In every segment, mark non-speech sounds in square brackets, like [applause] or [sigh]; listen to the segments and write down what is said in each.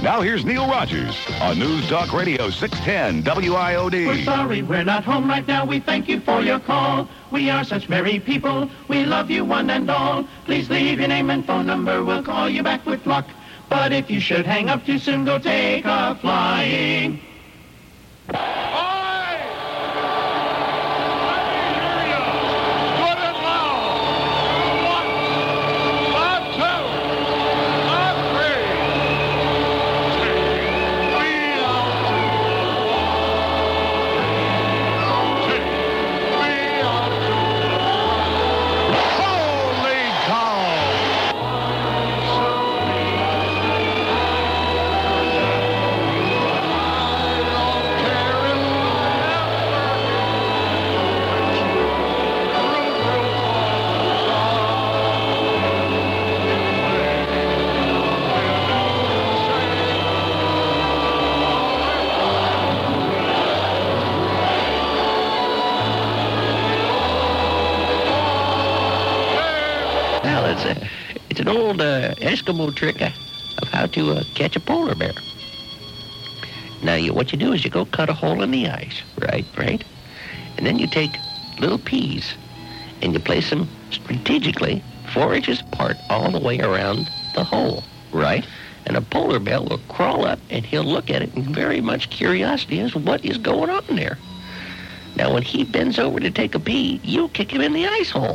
Now here's Neil Rogers on News Talk Radio 610 We're WIOD. sorry we're not home right now. We thank you for your call. We are such merry people. We love you one and all. Please leave your name and phone number. We'll call you back with luck. But if you should hang up too soon, go take a flying. Well, it's a, it's an old uh, Eskimo trick uh, of how to uh, catch a polar bear. Now, you, what you do is you go cut a hole in the ice, right, right, and then you take little peas and you place them strategically four inches apart all the way around the hole, right. And a polar bear will crawl up and he'll look at it in very much curiosity as to what is going on there. Now, when he bends over to take a pee, you kick him in the ice hole. [laughs]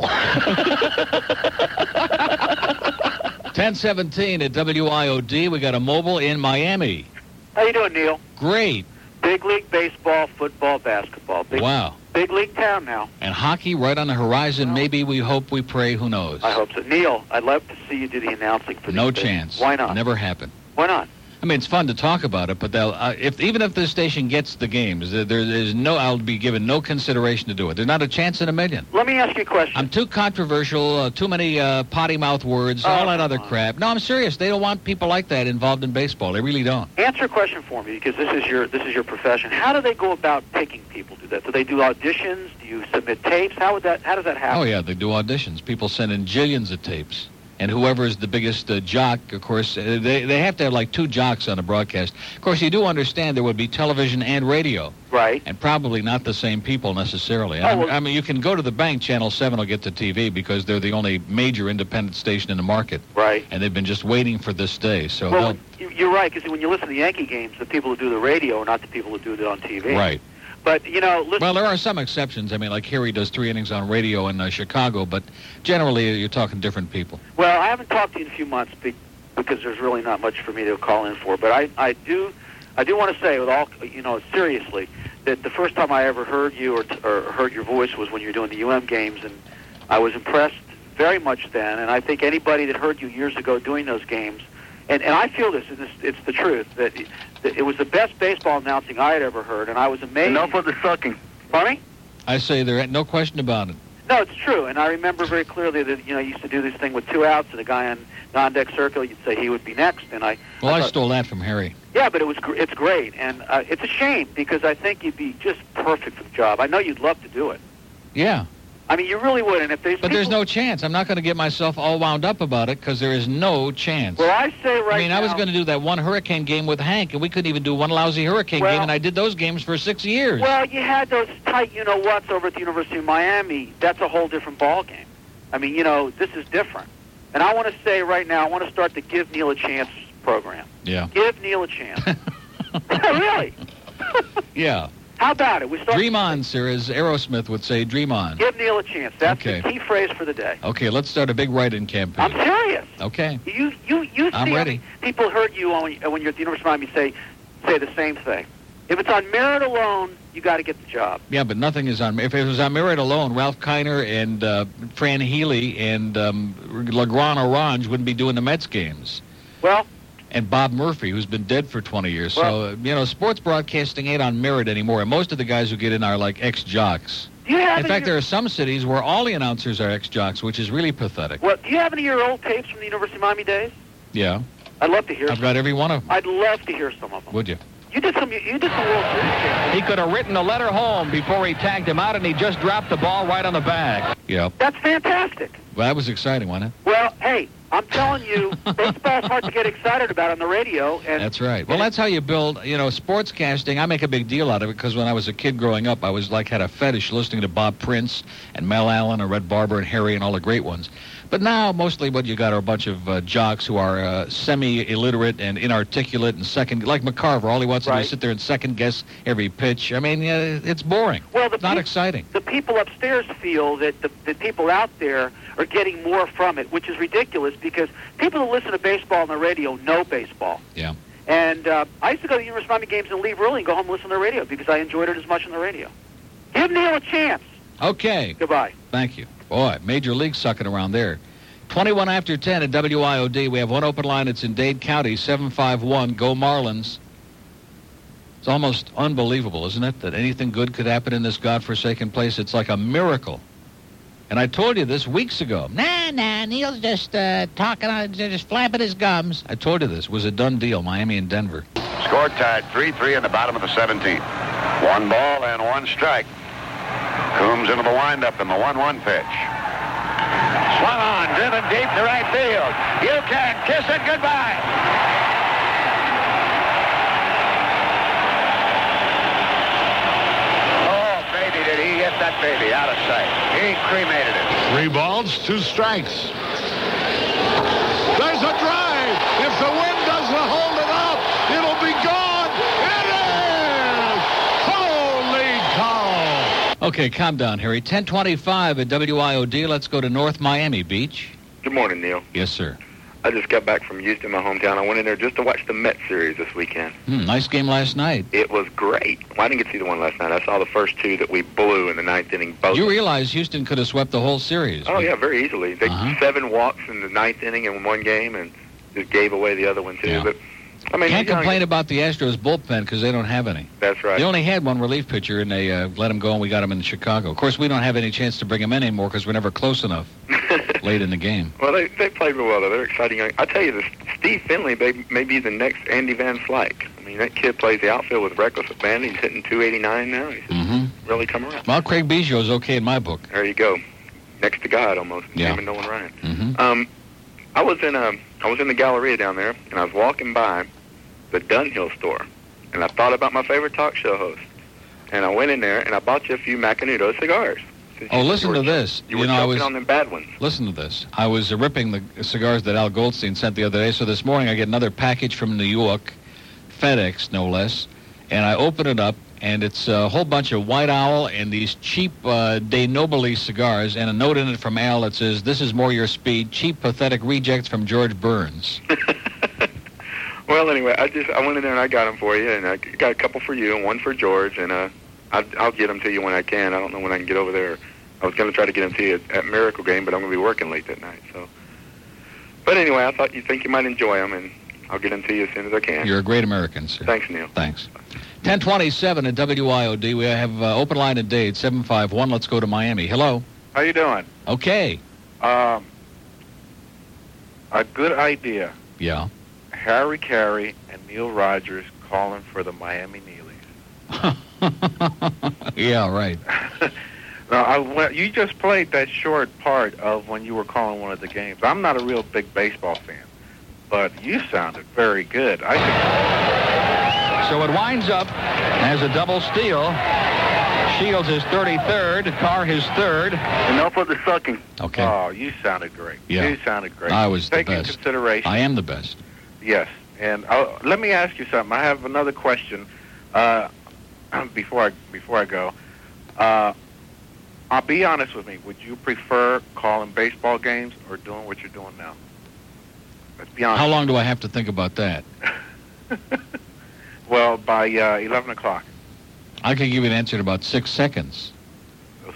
1017 at WIOD. We got a mobile in Miami. How you doing, Neil? Great. Big league baseball, football, basketball. Big, Wow. big league town now. And hockey right on the horizon. Maybe we hope, we pray, who knows? I hope so. Neil, I'd love to see you do the announcing for No these things. chance. Why not? Never happen. Why not? I mean, it's fun to talk about it, but they'll, uh, if even if the station gets the games, there, there is no. I'll be given no consideration to do it. There's not a chance in a million. Let me ask you a question. I'm too controversial. Uh, too many uh, potty mouth words. all Oh, that come other on. crap. No, I'm serious. They don't want people like that involved in baseball. They really don't. Answer a question for me because this is your this is your profession. How do they go about picking people to do that? Do they do auditions? Do you submit tapes? How would that how does that happen? Oh yeah, they do auditions. People send in jillions of tapes, and whoever is the biggest uh, jock, of course, uh, they they have to have like two jocks on a broadcast. Of course, you do understand there would be television and radio, Right. and probably not the same people necessarily. Oh, I, mean, well- I mean, you can go to the bank. Channel Seven will get to TV because they're the only major independent station in the market, Right. and they've been just waiting for this day. So Well, you- you're right because when you listen to the Yankee games, the people who do the radio are not the people who do it on TV. they'll right. But you know, listen. Well, there are some exceptions. I mean, like Harry does three innings on radio in uh, Chicago, but generally uh, you're talking different people. Well, I haven't talked to you in a few months be- because there's really not much for me to call in for. But I, I do, I do want to say with all you know seriously that the first time I ever heard you or, t- or heard your voice was when you were doing the UM games, and I was impressed very much then. And I think anybody that heard you years ago doing those games, and and I feel this, and this, it's the truth that it, that it was the best baseball announcing I had ever heard, and I was amazed. Enough of the sucking. Pardon me? I say there ain't no question about it. No, it's true, and I remember very clearly that you know you used to do this thing with two outs, and a guy on non-deck circle, you'd say he would be next, and I. Well, I thought- stole that from Harry. Yeah, but it was gr- it's great, and uh, it's a shame because I think you'd be just perfect for the job. I know you'd love to do it. Yeah, I mean, you really would, and if there's but there's people- no chance. I'm not going to get myself all wound up about it because there is no chance. Well, I say right I mean, I was now- going to do that one hurricane game with Hank, and we couldn't even do one lousy hurricane Well- game, and I did those games for six years. Well, you had those tight, you know whats over at the University of Miami. That's a whole different ball game. I mean, you know, this is different. And I want to say right now, I want to start the Give Neil a Chance program. yeah, Give Neil a chance. [laughs] really? yeah. How about it? We start Dream on, sir, as Aerosmith would say. Dream on. Give Neil a chance. That's the Okay. key phrase for the day. Okay, let's start a big write-in I'm campaign. serious. Okay. You you Uh, you I'm see ready. people heard you on, when you're at the University of Miami say say the same thing. If it's on merit alone, you got to get the job. Yeah, but nothing is on. If it was on merit alone, Ralph Kiner and uh, Fran Healy and um, LeGrand Orange wouldn't be doing the Mets games. Well, and Bob Murphy, who's been dead for 20 years. Well- so, uh, you know, sports broadcasting ain't on merit anymore. And most of the guys who get in are like ex jocks. do you have In any fact, of your, there are some cities where all the announcers are ex jocks, which is really pathetic. well, do you have any of your old tapes from the University of Miami days? Yeah. I'd love to hear. I've got every one of them. I'd love to hear some of them. Would you? You did some. You, you did some World Series. games. He could have written a letter home before he tagged him out, and he just dropped the ball right on the bag. Yeah. That's fantastic. Well, that was exciting, wasn't Well, hey, I'm telling [laughs] you, baseball's hard to get excited about on the radio. And That's right. Well, that's how you build, you know, sportscasting. I make a big deal out of it because when I was a kid growing up, I was like had a fetish listening to Bob Prince and Mel Allen and Red Barber and Harry and all the great ones. But now, mostly what you got are a bunch of uh, jocks who are uh, semi-illiterate and inarticulate and second, like McCarver. All he wants to do Right. is sit there and second guess every pitch. I mean, uh, it's boring. well, the It's not peop- exciting. the people upstairs feel that the, the people out there are getting more from it, which is ridiculous because people who listen to baseball on the radio know baseball. Yeah. And uh, I used to go to the University of Miami games and leave early and go home and listen to the radio because I enjoyed it as much on the radio. Give Neil a chance. Okay. Goodbye. Thank you. Boy, major league sucking around there. 21 after 10 at WIOD. We have one open line. It's in Dade County, 751. Go Marlins. It's almost unbelievable, isn't it, that anything good could happen in this godforsaken place? It's like a miracle. And I told you this weeks ago. Nah, nah, Neil's just uh, talking, on, just flapping his gums. I told you this was a done deal, Miami and Denver. Score tied 3-3 in the bottom of the 17th. One ball and one strike. Coombs into the windup in the 1-1 pitch. Swung on, driven deep to right field. You can kiss it goodbye. Oh, baby, did he hit that baby out of sight. He cremated it. Three balls, two strikes. There's a drive. If the wind doesn't hold it up, it'll be gone. It is! Holy cow! Okay, calm down, Harry. 1025 at WIOD. Let's go to North Miami Beach. Good morning, Neil. Yes, sir. I just got back from Houston, my hometown. I went in there just to watch the Mets series this weekend. Hmm, nice game last night. It was great. Well, I didn't get to see the one last night. I saw the first two that we blew in the ninth inning. Both. You realize Houston could have swept the whole series. oh yeah, very easily. They Uh-huh. seven walks in the ninth inning in one game, and just gave away the other one too. Yeah. But I mean, Can't Young- complain about the Astros bullpen because they don't have any. That's right. They only had one relief pitcher and they uh, let him go, and we got him in Chicago. Of course, we don't have any chance to bring him in anymore because we're never close [laughs] enough late in the game. well, they they played real well. Though. They're exciting. young- I tell you, this Steve Finley may, may be the next Andy Van Slyke. I mean, that kid plays the outfield with reckless abandon. He's hitting 289 now. He's hmm really come around. Well, Craig Biggio's okay in my book. There you go. Next to God, almost. Yeah. Him and Nolan Ryan. hmm Um, I was in um, I was in the Galleria down there, and I was walking by the Dunhill store, and I thought about my favorite talk show host, and I went in there and I bought you a few Macanudo cigars. Since Oh, you- listen you were to ch- this. You were You know, I choking was- on them bad ones. Listen to this. I was uh, ripping the cigars that Al Goldstein sent the other day, so this morning I get another package from New York, FedEx, no less, and I open it up, and it's a whole bunch of White Owl and these cheap uh, De Nobili cigars, and a note in it from Al that says, This is more your speed, cheap, pathetic rejects from George Burns. Well, anyway, I just I went in there and I got them for you, and I got a couple for you and one for George, and uh, I, I'll get them to you when I can. I don't know when I can get over there. I was going to try to get them to you at, at Miracle Game, but I'm going to be working late that night. So, but anyway, I thought you think you might enjoy them, and I'll get them to you as soon as I can. You're a great American, sir. Thanks, Neil. Thanks. 1027 at WIOD. We have uh, open line and date, 751. Let's go to Miami. Hello. How you doing? Okay. Um, a good idea. Yeah. [laughs] Harry Carey and Neil Rogers calling for the Miami Neelys. yeah, right. Now, I went, you just played that short part of when you were calling one of the games. I'm not a real big baseball fan, but you sounded very good. I could So it winds up as a double steal. Shields is 33rd, Carr his third. Enough of the sucking. Okay. Oh, you sounded great. Yeah. You sounded great. I was the Take best. in consideration. I am the best. Yes. And uh, let me ask you something. I have another question uh, [clears throat] before I before I go. Uh, I'll be honest with me. Would you prefer calling baseball games or doing what you're doing now? [laughs] Let's be honest. How long do I have to think about that? Well, by uh, 11 o'clock. I could give you an answer in about six seconds.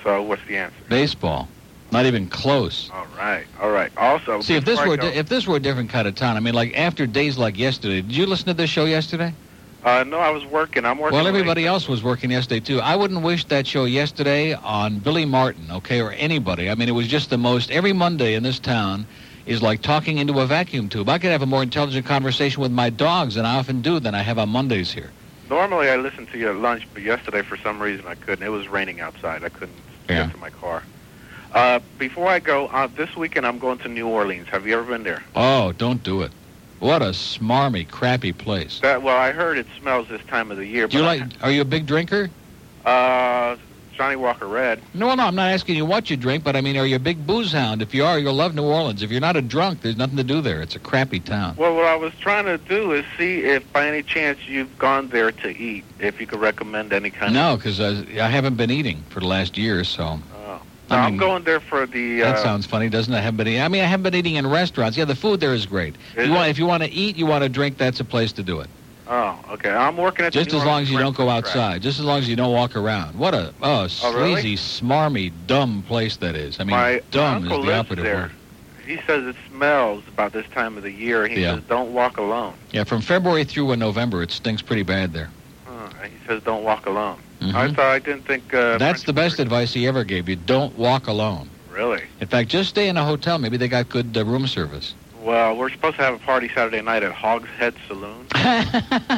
So what's the answer? Baseball, not even close. All right. All Oh, right. Also, See, if this before I were go- di- if this were a different kind of town, I mean, like after days like yesterday. Did you listen to this show yesterday? uh, no, I was working. I'm working. Well, late. everybody else was working yesterday too. I wouldn't wish that show yesterday on Billy Martin, okay, or anybody. I mean, it was just the most. Every Monday in this town is like talking into a vacuum tube. I could have a more intelligent conversation with my dogs than I often do than I have on Mondays here. Normally, I listen to you at lunch, but yesterday, for some reason, I couldn't. It was raining outside. I couldn't Yeah. get to my car. Uh, before I go, uh, this weekend I'm going to New Orleans. Have you ever been there? Oh, don't do it. What a smarmy, crappy place. That, well, I heard it smells this time of the year. Do you but like? Are you a big drinker? Uh, Johnny Walker Red. No, no, I'm not asking you what you drink, but I mean, are you a big booze hound? If you are, you'll love New Orleans. If you're not a drunk, there's nothing to do there. It's a crappy town. Well, what I was trying to do is see if, by any chance, you've gone there to eat. If you could recommend any kind. No, because I, I haven't been eating for the last year, so Of, uh, no, I I'm mean, going there for the. Uh, that sounds funny, doesn't it? I haven't been eating. I mean, I haven't been eating in restaurants. Yeah, the food there is great. If Is you, want, it? if you want to eat, you want to drink, that's a place to do it. Oh, okay. I'm working at the Just New as long Orleans as you don't go Breakfast Track. outside. Just as long as you don't walk around. What a oh, sleazy, Oh, really? smarmy, dumb place that is. I mean, My dumb uncle is the lives operative there. word. He says it smells about this time of the year. He Yeah. says don't walk alone. Yeah, from February through in November, it stinks pretty bad there. Uh, he says don't walk alone. Mhm. I thought I didn't think. Uh, That's the best French- advice he ever gave you. Don't walk alone. Really? In fact, just stay in a hotel. Maybe they got good uh, room service. [laughs] Well, we're supposed to have a party Saturday night at Hogshead Saloon.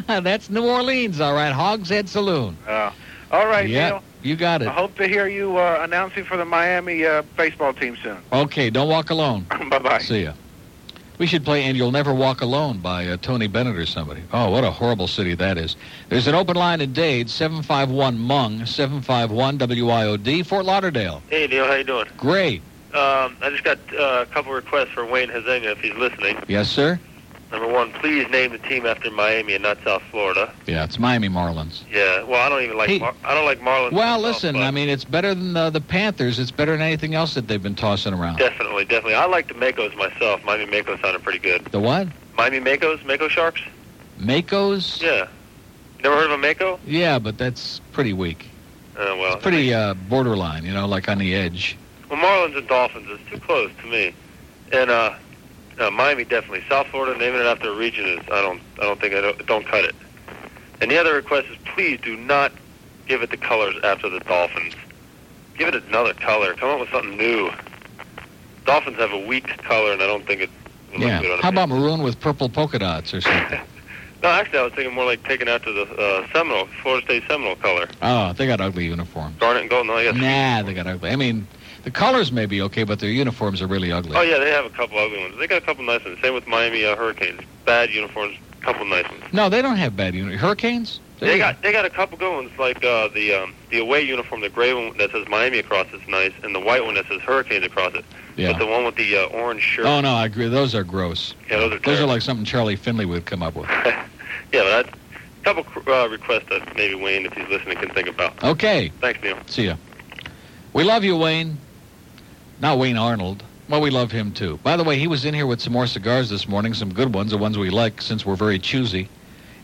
That's New Orleans, all right. Hogshead Saloon. Uh, all right, yeah, Neil. you got it. I hope to hear you uh, announcing for the Miami uh, baseball team soon. Okay, don't walk [laughs] alone. bye bye. See ya. We should play "And You'll Never Walk Alone" by uh, Tony Bennett or somebody. Oh, what a horrible city that is. There's an open line in Dade, 751 Mung, 751 WIOD, Fort Lauderdale. Hey, Neil, how you doing? Great. Um, I just got uh, a couple requests for Wayne Hazenga if he's listening. Yes, sir? Number one, please name the team after Miami and not South Florida. Yeah, it's Miami Marlins. Yeah. Well, I don't even like Hey. Mar- I don't like Marlins. Well, myself, listen, but I mean, it's better than the, the Panthers. It's better than anything else that they've been tossing around. definitely, definitely. I like the Makos myself. Miami Makos sounded pretty good. The what? Miami Makos, Mako Sharks. Makos? Yeah. Never heard of a Mako? Yeah, but that's pretty weak. Uh, well, It's pretty uh, borderline, you know, like on the edge. well, Marlins and Dolphins is too close to me, and uh, uh, Miami definitely. South Florida naming it after a region is I don't I don't think I don't, don't cut it. And the other request is please do not give it the colors after the Dolphins. Give it another color. Come up with something new. Dolphins have a weak color, and I don't think it. would look good Yeah. on a How picture. about maroon with purple polka dots or [laughs] something? No, actually, I was thinking more like taking after the uh, Seminole, Florida State Seminole color, oh, they got ugly uniforms. garnet and oh, gold. No, I guess. Nah, they got ugly. I mean, the colors may be okay, but their uniforms are really ugly. Oh yeah, they have a couple ugly ones. They got a couple nice ones. Same with Miami uh, Hurricanes. Bad uniforms, couple nice ones. No, they don't have bad uniforms. Hurricanes? They got they got a couple good ones like uh, the um, the away uniform, the gray one that says Miami across it's nice, and the white one that says Hurricanes across it. Yeah. But the one with the uh, orange shirt. Oh no, I agree. Those are gross. Yeah, those are Those are terrible. like something Charlie Finley would come up [laughs] with. Yeah, but that's a couple cr- uh, requests that maybe Wayne, if he's listening, can think about. Okay, Thanks, Neil. see ya. We love you, Wayne. Not Wayne Arnold. Well, we love him too. By the way, he was in here with some more cigars this morning, some good ones, the ones we like, since we're very choosy.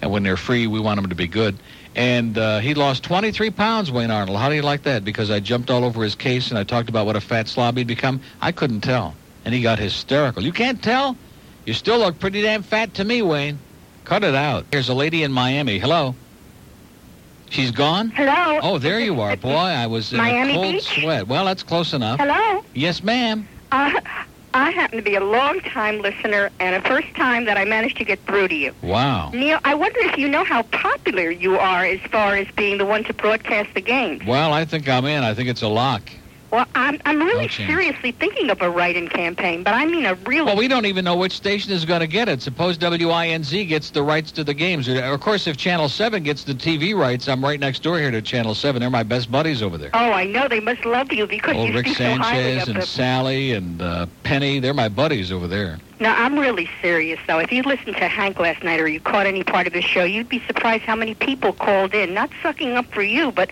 And when they're free, we want them to be good. And uh, he lost 23 pounds, Wayne Arnold. How do you like that? Because I jumped all over his case and I talked about what a fat slob he'd become. I couldn't tell. And he got hysterical. You can't tell? You still look pretty damn fat to me, Wayne. Cut it out. Here's a lady in Miami. Hello. She's gone? Hello. Oh, there you are. Boy, I was in Miami a cold Beach? sweat. Well, that's close enough. Hello. Yes, ma'am. Uh, I happen to be a long-time listener and a first time that I managed to get through to you. Wow. Neil, I wonder if you know how popular you are as far as being the one to broadcast the games. Well, I think I'm in. I think it's a lock. Well, I'm, I'm really No chance. seriously thinking of a write-in campaign, but I mean a real... Well, we don't even know which station is going to get it. Suppose WINZ gets the rights to the games. Or- Of course, if Channel 7 gets the TV rights, I'm right next door here to Channel 7. They're my best buddies over [laughs] there. Oh, I know. They must love you because Old you Rick speak so highly Sanchez of and the... Sally and uh, Penny, they're my buddies over there. Now, I'm really serious, though. If you listened to Hank last night or you caught any part of his show, you'd be surprised how many people called in, not sucking up for you, but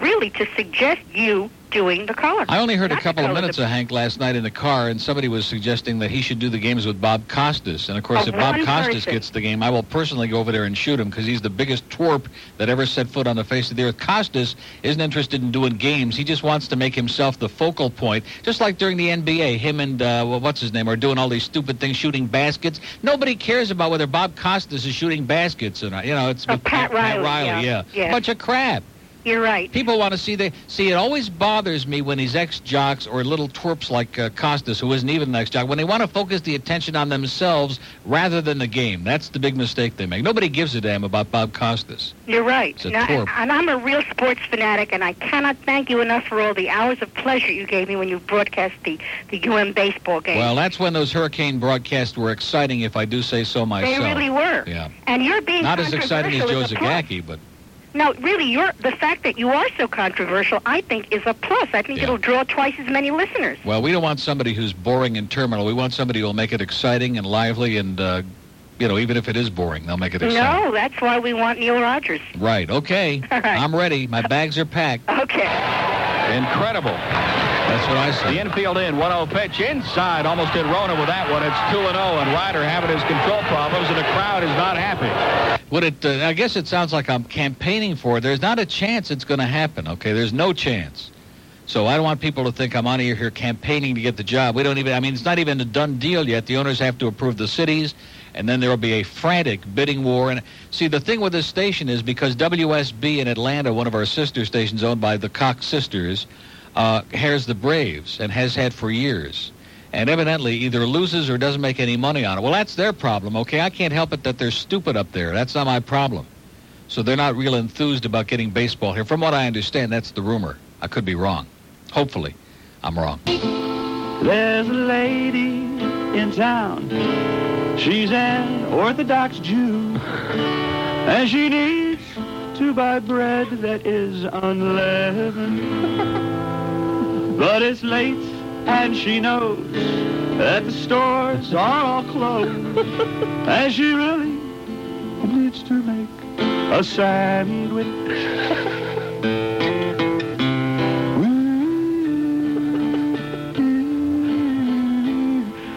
really to suggest you doing the color. I only heard a Not couple of color, minutes the- of Hank last night in the car, and somebody was suggesting that he should do the games with Bob Costas. And of course, Oh, if Bob one Costas person. gets the game, I will personally go over there and shoot him because he's the biggest twerp that ever set foot on the face of the earth. Costas isn't interested in doing games; he just wants to make himself the focal point. Just like during the NBA, him and uh, well, what's his name are doing all these stupid things, shooting baskets. Nobody cares about whether Bob Costas is shooting baskets or not. You know, it's Oh, with Pat Riley, yeah. yeah. Yeah. bunch of crap. You're right. People want to see the see. It always bothers me when these ex jocks or little twerps like uh, Costas, who isn't even an ex jock, when they want to focus the attention on themselves rather than the game. That's the big mistake they make. Nobody gives a damn about Bob Costas. You're right. It's a Now, twerp. and I'm a real sports fanatic, and I cannot thank you enough for all the hours of pleasure you gave me when you broadcast the, the UM baseball game. Well, that's when those hurricane broadcasts were exciting, if I do say so myself. they really were. Yeah. And you're being Not as exciting as controversial Joe is a plus. Zagacki, but No, really, you're, the fact that you are so controversial, I think, is a plus. I think it'll draw twice as many listeners. well, we don't want somebody who's boring and terminal. We want somebody who'll make it exciting and lively, and uh, you know, even if it is boring, they'll make it exciting. No, that's why we want Neil Rogers. Right. [laughs] Okay. I'm ready. My bags are packed. Okay. Incredible. That's what I said. The infield in, 1-0 pitch inside. Almost did Rona with that one. It's 2-0, and Ryder having his control problems, and the crowd is not happy. Would it? Uh, I guess it sounds like I'm campaigning for it. There's not a chance it's going to happen. Okay, there's no chance. So I don't want people to think I'm on here here campaigning to get the job. We don't even. I mean, it's not even a done deal yet. The owners have to approve the cities, and then there will be a frantic bidding war. And see, the thing with this station is because WSB in Atlanta, one of our sister stations owned by the Cox sisters, uh, hairs the Braves and has had for years. And evidently either loses or doesn't make any money on it. Well, that's their problem, okay? I can't help it that they're stupid up there. That's not my problem. So they're not real enthused about getting baseball here. From what I understand, that's the rumor. I could be wrong. Hopefully, I'm wrong. There's a lady in town. She's an Orthodox Jew. And she needs to buy bread that is unleavened. But it's late and she knows that the stores are all closed. And she really needs to make a sandwich.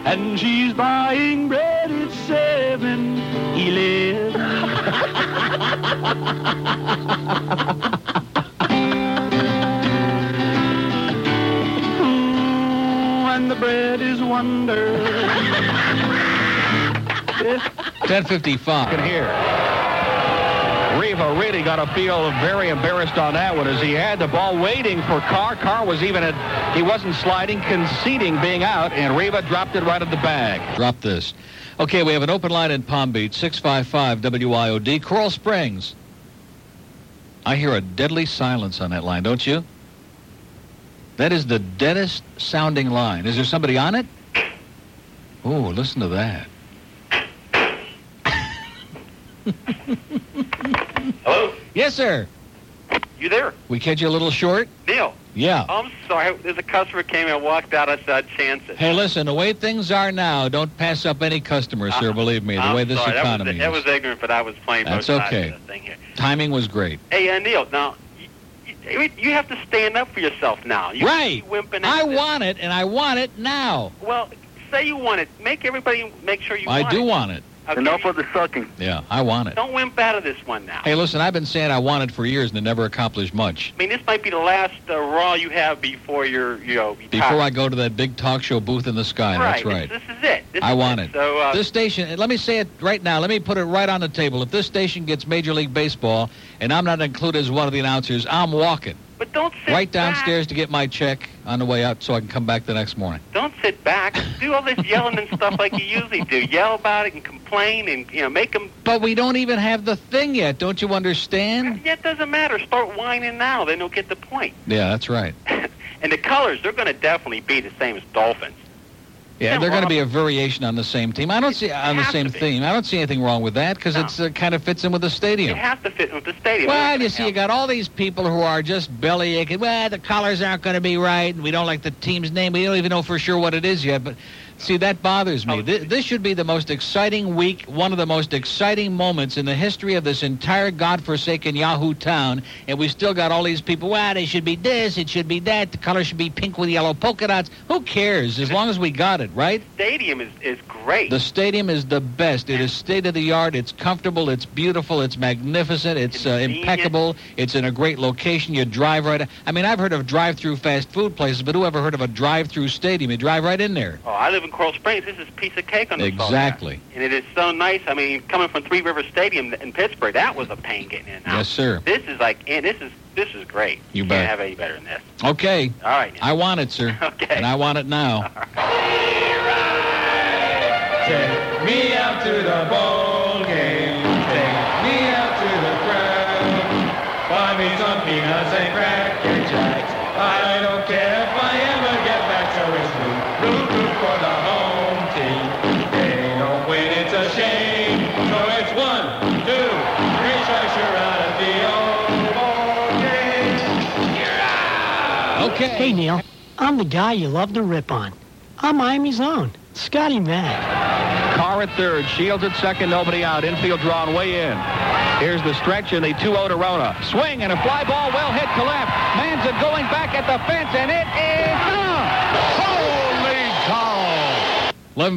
And she's buying bread at 7 Eleven. Hmm, and the bread is wonder. 1055. Can hear. Riva really got to feel very embarrassed on that one as he had the ball waiting for Carr. Carr was even at, he wasn't sliding, conceding being out, and Riva dropped it right at the bag. Drop this. Okay, we have an open line in Palm Beach, 655 WIOD, Coral Springs. I hear a deadly silence on that line, don't you? That is the deadest sounding line. Is there somebody on it? Oh, listen to that. Hello? Yes, sir. You there? We catch you a little short? Neil. Yeah. I'm sorry. There's a customer came and walked out. I said, I'd chance it. Hey, listen, the way things are now, don't pass up any customer, sir, believe me, the Uh, I'm way this sorry, that was- economy is. that was, ignorant, but I was playing That's both sides okay. of the thing here. Timing was great. Hey, uh, Neil, now, you, you, you have to stand up for yourself now. You Right. keep Wimping out I this. want it, and I want it now. Well, say you want it. Make everybody make sure you I want do it. want it. Okay. Enough of the sucking. Yeah, I want it. Don't wimp out of this one now. Hey, listen, I've been saying I want it for years and it never accomplished much. I mean, this might be the last uh, raw you have before you're, you know, you Before I go to that big talk show booth in the sky, that's right. Ah. This, this is it. This I is want it. it. So, uh, This station, and let me say it right now, let me put it right on the table. If this station gets Major League Baseball and I'm not included as one of the announcers, I'm walking but don't sit right back. downstairs to get my check on the way out so I can come back the next morning. Don't sit back. Do all this yelling and stuff like you usually do. Yell about it and complain and you know make them. But we don't even have the thing yet, don't you [laughs] understand? Yeah, it doesn't matter. Start whining now, then they'll get the point. Yeah, that's right. And the colors, they're going to definitely be the same as Dolphins. Yeah, they're going to be a variation on the same team. I don't see on the same theme. I don't see anything wrong with that because it's uh, kind of fits in with the It stadium. has to fit with the stadium. Well, you see, you got all these people who are just belly aching. Well, the colors aren't going to be right, and we don't like the team's name. We don't even know for sure what it is yet. But see, that bothers Oh, me. This, this should be the most exciting week, one of the most exciting moments in the history of this entire godforsaken Yahoo town, and we still got all these people. Well, they should be this, it should be that. The color should be pink with yellow polka dots. Who cares? As long as we got it right. stadium is is great. The stadium is the best. It is state of the art. It's comfortable. It's beautiful. It's magnificent. It's uh, impeccable. It's in a great location. You drive right. I mean, I've heard of drive-through fast food places, but who ever heard of a drive-through stadium? You drive right in there. Oh, I live live in Coral Springs, this is piece of cake on the salt shack. Exactly. And it is so nice. I mean, coming from Three River Stadium in Pittsburgh, that was a pain getting in. and out. Yes, sir. This is like, and this is this is great. You Can't bet. have any better than this. Okay. All right. I want it, [laughs] sir. Okay. And I want it now. Take me out to the ball game. Take me out to the crowd. Buy me some peanuts and cracker jacks. I don't care if I ever get back. So it's root, root, root for the home team. They don't win, it's a shame. So it's one, two, three strikes, you're out of the old ball game. You're out. Hey, Neil. I'm the guy you love to rip on. I'm Miami's own, Scotty Mack. Carr at third, Shields at second, nobody out. Infield drawn way in. Here's the stretch and the 2-0 to Rona. Swing and a fly ball, well hit to left. Manza going back at the fence, and it is gone.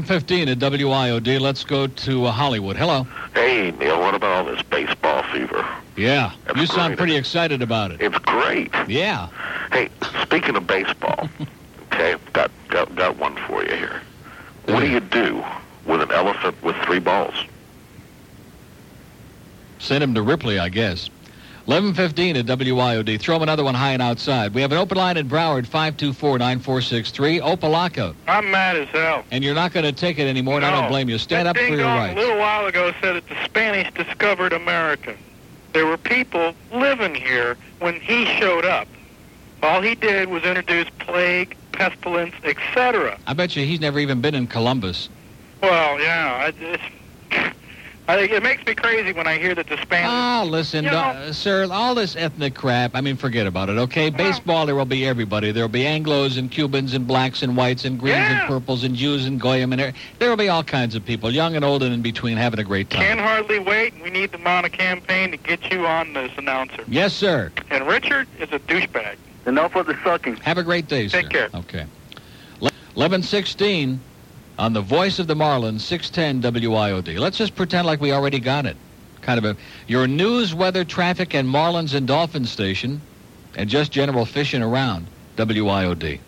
Holy cow! 11:15 at WIOD. Let's go to uh, Hollywood. Hello. Hey, Neil, what about all this baseball fever? Yeah. you sound pretty excited about it. It's great. Yeah. Hey, speaking of [laughs] baseball, okay, got, got, got one for you here. What do you do with an elephant with three balls? Send him to Ripley, I guess. 11:15 at WIOD. Throw him another one high and outside. We have an open line at Broward 524-9463. Opalaka. I'm mad as hell. And you're not going to take it anymore, and I don't No. blame you. Stand up for your Ding-dong rights. A little while ago said that the Spanish discovered America. There were people living here when he showed up. All he did was introduce plague, pestilence, etc. I bet you he's never even been in Columbus. Well, yeah, I, it's, [laughs] I think it makes me crazy when I hear that the Spanish. Ah, listen, You do- know- uh, sir, all this ethnic crap, I mean, forget about it, okay? Baseball, there will be everybody. There will be Anglos and Cubans and blacks and whites and greens and purples and Jews and Goyim and er- there will be all kinds of people, young and old and in between, having a great time. Can hardly wait. We need to mount a campaign to get you on this announcer. Yes, sir. And Richard is a douchebag. Enough of the sucking. Have a great day, sir. Take care. Okay. 1116 on the voice of the Marlins, 610 WIOD. Let's just pretend like we already got it. Kind of a your news, weather, traffic, and Marlins and Dolphins station, and just general fishing around WIOD.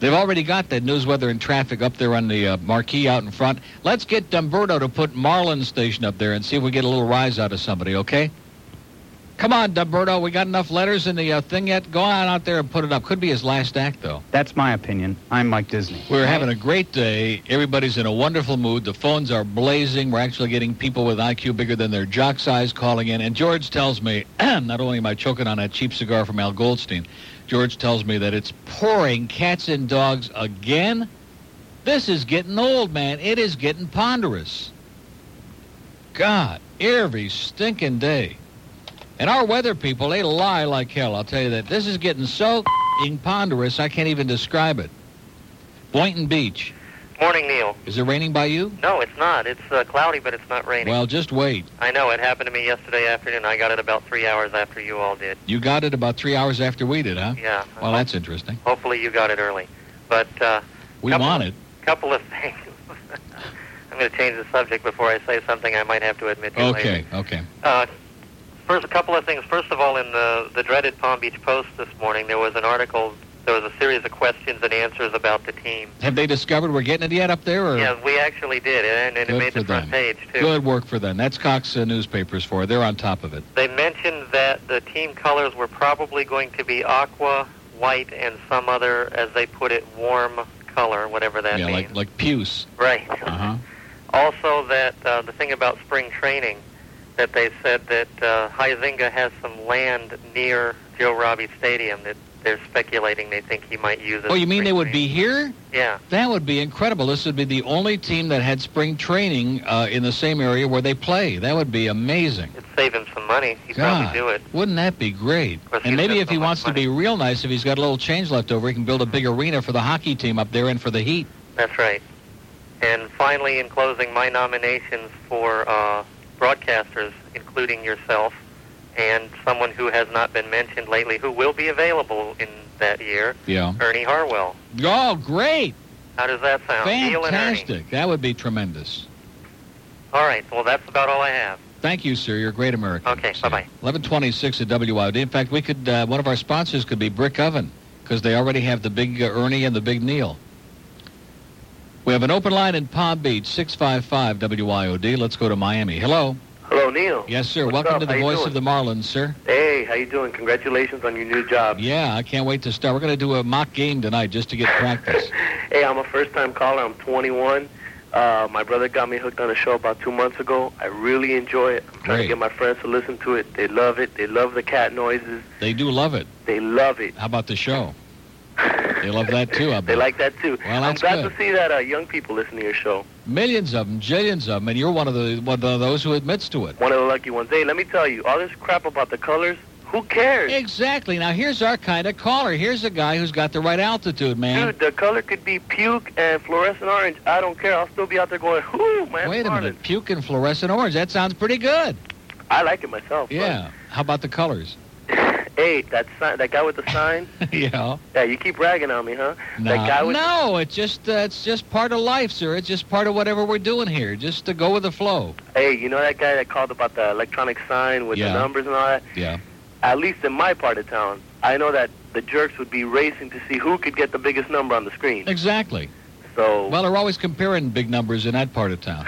They've already got that news, weather, and traffic up there on the uh, marquee out in front. Let's get Dumberto to put Marlins station up there and see if we get a little rise out of somebody, okay? Come on, Dumberto. We got enough letters in the uh, thing yet? Go on out there and put it up. Could be his last act, though. That's my opinion. I'm Mike Disney. We're having a great day. Everybody's in a wonderful mood. The phones are blazing. We're actually getting people with IQ bigger than their jock size calling in. And George tells me, [clears throat] not only am I choking on that cheap cigar from Al Goldstein, George tells me that it's pouring cats and dogs again. This is getting old, man. It is getting ponderous. God, every stinking day. And our weather people, they lie like hell. I'll tell you that. This is getting so ponderous, I can't even describe it. Boynton Beach. Morning, Neil. Is it raining by you? No, it's not. It's uh, cloudy, but it's not raining. Well, just wait. I know it happened to me yesterday afternoon. I got it about three hours after you all did. You got it about three hours after we did, huh? Yeah. Well, that's interesting. Hopefully, you got it early. But uh, We want it. couple of [laughs] things. I'm going to change the subject before I say something I might have to admit to later. Okay, okay. Uh, first, a couple of things. First of all, in the the dreaded Palm Beach Post this morning, there was an article. There was a series of questions and answers about the team. Have they discovered we're getting it yet up there? Or? Yeah, we actually did, and, and it Good made for the them. front page too. Good work for them. That's Cox uh, newspapers for. They're on top of it. They mentioned that the team colors were probably going to be aqua, white, and some other, as they put it, warm color, whatever that yeah, means. like like Puce. Right. Uh huh. Also, that uh, the thing about spring training, that they said that uh, Huizinga has some land near Joe Robbie Stadium that they're speculating they think he might use it. Oh, you mean they would be here? Yeah. That would be incredible. This would be the only team that had spring training uh, in the same area where they play. That would be amazing. Save him some money. He'd God. probably do it. Wouldn't that be great? course, And he's maybe got if so he much wants to be real nice, if he's got a little change left over, he can build a big arena for the hockey team up there and for the Heat. That's right. And finally, in closing, my nominations for uh, broadcasters, including yourself and someone who has not been mentioned lately, who will be available in that year, Yeah. Ernie Harwell. Oh, great! How does that sound? Neil and Ernie. Fantastic. That would be tremendous. All right. Well, that's about all I have. Thank you, sir. You're a great American. Okay. Bye bye. 1126 at WIOD. In fact, we could uh, one of our sponsors could be Brick Oven because they already have the big uh, Ernie and the big Neil. We have an open line in Palm Beach, 655 WYOD. Let's go to Miami. Hello. Hello, Neil. Yes, sir. What's Welcome up? to the How you Voice doing? of the Marlins, sir. Hey, how you doing? Congratulations on your new job. [laughs] Yeah, I can't wait to start. We're going to do a mock game tonight just to get practice. Hey, I'm a first-time caller. I'm 21. Uh, my brother got me hooked on the show about two months ago. I really enjoy it. I'm trying Great. to get my friends to listen to it. They love it. They love the cat noises. They do love it. They love it. How about the show? They love that too, I They bet. like that too. Well, I'm that's glad good. to see that uh, young people listen to your show. Millions of them, jillions of them, and you're one of the one of those who admits to it. One of the lucky ones. Hey, let me tell you, all this crap about the colors. Who cares? Exactly. Now here's our kind of caller. Here's a guy who's got the right altitude, man. Dude, the color could be puke and fluorescent orange. I don't care. I'll still be out there going, "Whoo, man!" Wait a Marlins." minute. Puke and fluorescent orange. That sounds pretty good. I like it myself. but- Yeah. How about the colors? [laughs] Hey, that sign, that guy with the sign. yeah. Yeah, you keep ragging on me, huh? That guy No, with no it's just uh, it's just part of life, sir. It's just part of whatever we're doing here. Just to go with the flow. Hey, you know that guy that called about the electronic sign with Yeah. the numbers and all that? Yeah. At least in my part of town, I know that the jerks would be racing to see who could get the biggest number on the screen. Exactly. So Well, they're always comparing big numbers in that part of town.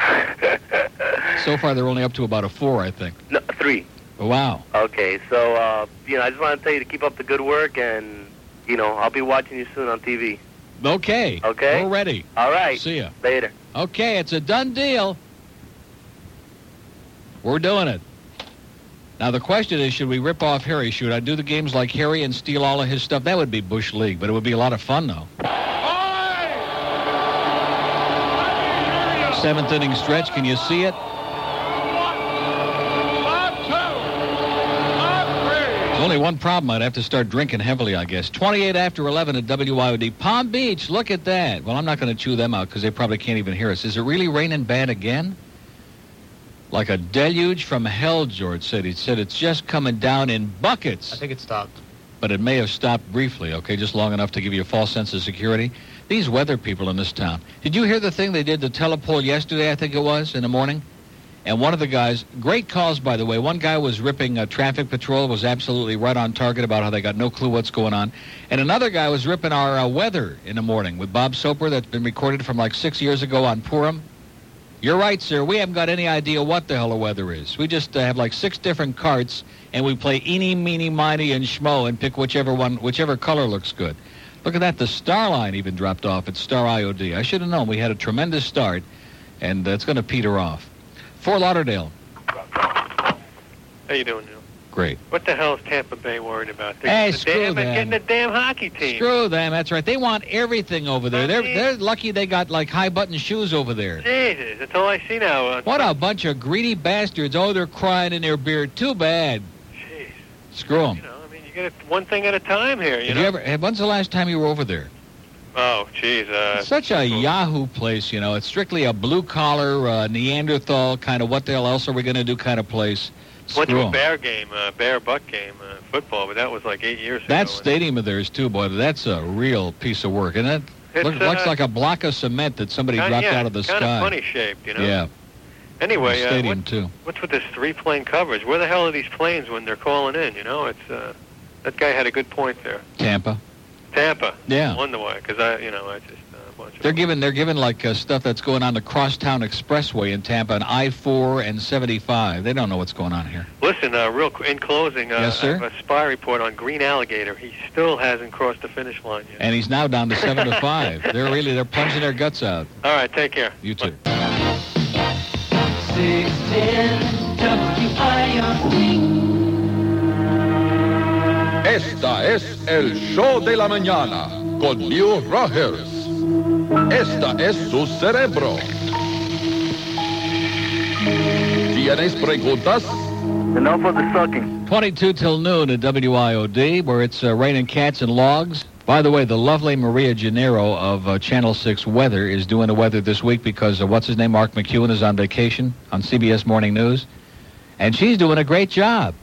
so far, they're only up to about a four, I think. no, three. Wow. Okay, so uh, you know, I just want to tell you to keep up the good work, and you know, I'll be watching you soon on TV. Okay. Okay. We're ready. All right. See ya. Later. Okay, it's a done deal. We're doing it. Now the question is, should we rip off Harry? Should I do the games like Harry and steal all of his stuff? That would be Bush League, but it would be a lot of fun though. Seventh inning stretch, can you see it? There's only one problem. I'd have to start drinking heavily, I guess. 28 after 11 at WIOD. Palm Beach, look at that. Well, I'm not going to chew them out because they probably can't even hear us. Is it really raining bad again? Like a deluge from hell, George said. He said it's just coming down in buckets. I think it stopped. But it may have stopped briefly, okay, just long enough to give you a false sense of security. These weather people in this town. Did you hear the thing they did, the telepoll yesterday, I think it was, in the morning? And one of the guys, great calls, by the way. One guy was ripping a traffic patrol, was absolutely right on target about how they got no clue what's going on. And another guy was ripping our uh, weather in the morning with Bob Soper that's been recorded from like six years ago on Purim. You're right, sir. We haven't got any idea what the hell the weather is. We just uh, have like six different carts, and we play eeny, meeny, miny, and schmo and pick whichever one, whichever color looks good. Look at that. The star line even dropped off at Star IOD. I should have known. We had a tremendous start, and uh, it's going to peter off. Fort Lauderdale. How you doing, Neil? Great. What the hell is Tampa Bay worried about? They're Hey, getting the screw damn, them. they're getting the damn hockey team. Screw them. That's right. They want everything over there. They're they're lucky they got like high button shoes over there. Jesus, that's all I see now. Uh, What a bunch of greedy bastards! Oh, they're crying in their beer. Too bad. Jeez. Screw them. I mean, you get it one thing at a time here. You Have know. you ever? eh, When's the last time you were over there? Oh, jeez. Uh, It's Such a Yahoo place, you know. It's strictly a blue collar uh, Neanderthal kind of what the hell else are we going to do kind of place. Screw went to a 'em. bear game, uh, bear buck game, uh, football, but that was like eight years ago. That stadium of theirs too, boy. That's a real piece of work, and it It's, look, looks uh, like a block of cement that somebody Kinda- dropped yeah, out of the kinda sky. funny shaped, you know. Yeah. Anyway, uh, stadium what, too. what's with this three-plane coverage? Where the hell are these planes when they're calling in? You know, it's uh, that guy had a good point there. Tampa. Tampa. Yeah. Wonder why? Because I, you know, I just uh, watch They're giving they're giving like uh, stuff that's going on the Crosstown Expressway in Tampa, and I four and seventy five. They don't know what's going on here. Listen, uh, real qu- in closing, uh, Yes, sir? I have a spy report on Green Alligator. He still hasn't crossed the finish line yet. And he's now down to seven to [laughs] five. They're really they're plunging their guts out. All right, take care. You too. 610 WIOD. Esta es el show de la mañana con Neil Rogers. Esta es su cerebro. ¿Tienes preguntas? Enough of the sucking. Twenty two till noon at WIOD, where it's uh, raining cats and logs. By the way, the lovely Maria Gennaro of uh, Channel 6 Weather is doing the weather this week because, uh, what's his name, Mark McEwen is on vacation on CBS Morning News. And she's doing a great job.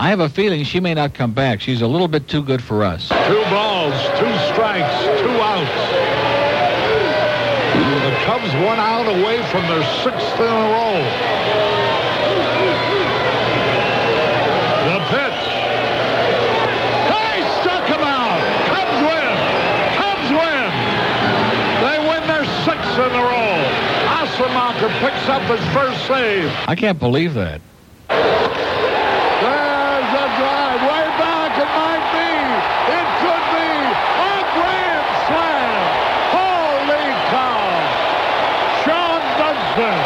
I have a feeling she may not come back. She's a little bit too good for us. Two balls, two strikes, two outs. The Cubs one out away from their sixth in a row. The pitch. They struck him out. Cubs win. Cubs win. They win their sixth in a picks up his first save. I can't believe that. There's a drive way back. It might be. It could be a grand slam. Holy cow! Sean Dunston,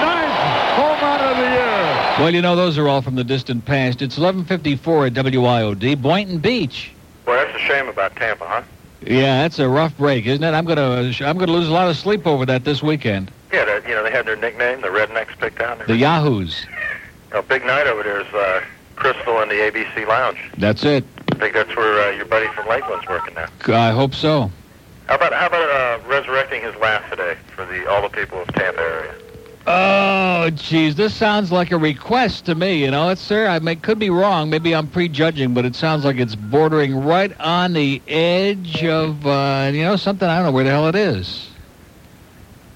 ninth home run of the year. Well, you know, those are all from the distant past. It's 1154 at WIOD, Boynton Beach. Well, that's a shame about Tampa, huh? Yeah, that's a rough break, isn't it? I'm gonna I'm gonna lose a lot of sleep over that this weekend. Yeah, they, you know they had their nickname, the Rednecks, picked out. The Yahoos. You know, big night over there is uh, Crystal and the ABC Lounge. That's it. I think that's where uh, your buddy from Lakeland's working now. I hope so. How about how about uh, resurrecting his laugh today for the all the people of Tampa area? Oh, geez, this sounds like a request to me. You know, it's sir. I may, could be wrong. Maybe I'm prejudging, but it sounds like it's bordering right on the edge of uh, you know something. I don't know where the hell it is.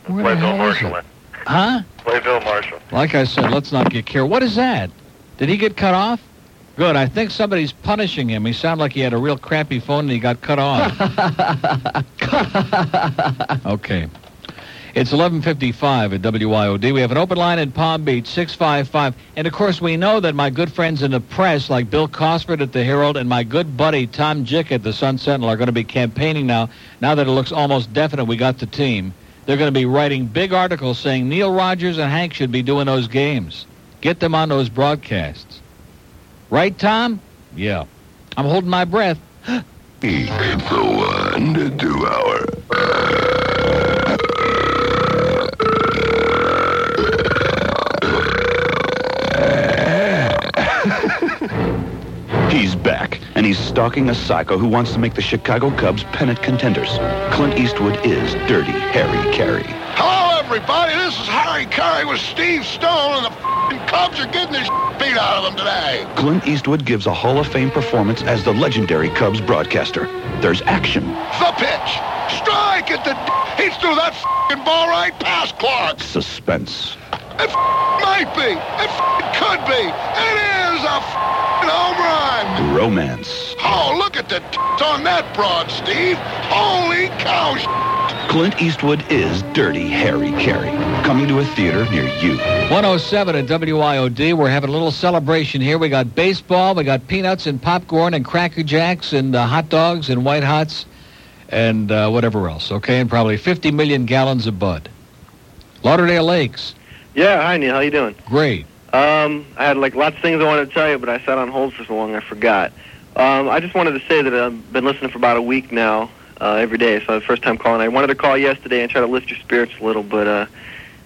Where the Bill hell is Marshall. it? Huh? Play Bill Marshall. Like I said, let's not get care. What is that? Did he get cut off? Good. I think somebody's punishing him. He sounded like he had a real crappy phone and he got cut off. okay. It's 11:55 at WIOD. We have an open line in Palm Beach, 655. And of course, we know that my good friends in the press, like Bill Cosford at the Herald and my good buddy Tom Jick at the Sun Sentinel, are going to be campaigning now. Now that it looks almost definite, we got the team. They're going to be writing big articles saying Neil Rogers and Hank should be doing those games. Get them on those broadcasts. Right, Tom? Yeah. I'm holding my breath. [gasps] It's a one to two hour. He's back, and he's stalking a psycho who wants to make the Chicago Cubs pennant contenders. Clint Eastwood is Dirty Harry Carey. Hello, everybody. This is Harry Curry with Steve Stone, and the f***ing Cubs are getting the sh- beat out of them today. Clint Eastwood gives a Hall of Fame performance as the legendary Cubs broadcaster. There's action, The pitch. Strike at the... D- he threw that f***ing ball right past Clark. suspense, It f- might be. It f- could be. It is a f***ing home run. romance. Oh, look at the t- on that broad, Steve. Holy cow, sh- Clint Eastwood is Dirty Harry Carey. Coming to a theater near you. 107 at WIOD. We're having a little celebration here. We got baseball, we got peanuts and popcorn and cracker jacks and uh, hot dogs and white hots and uh, whatever else, okay? And probably 50 million gallons of bud. Lauderdale Lakes, Yeah, hi Neil, how you doing? great. Um, I had like lots of things I wanted to tell you, but I sat on hold for so long I forgot. Um, I just wanted to say that I've been listening for about a week now, uh, every day. So the first time calling, I wanted to call yesterday and try to lift your spirits a little, but uh,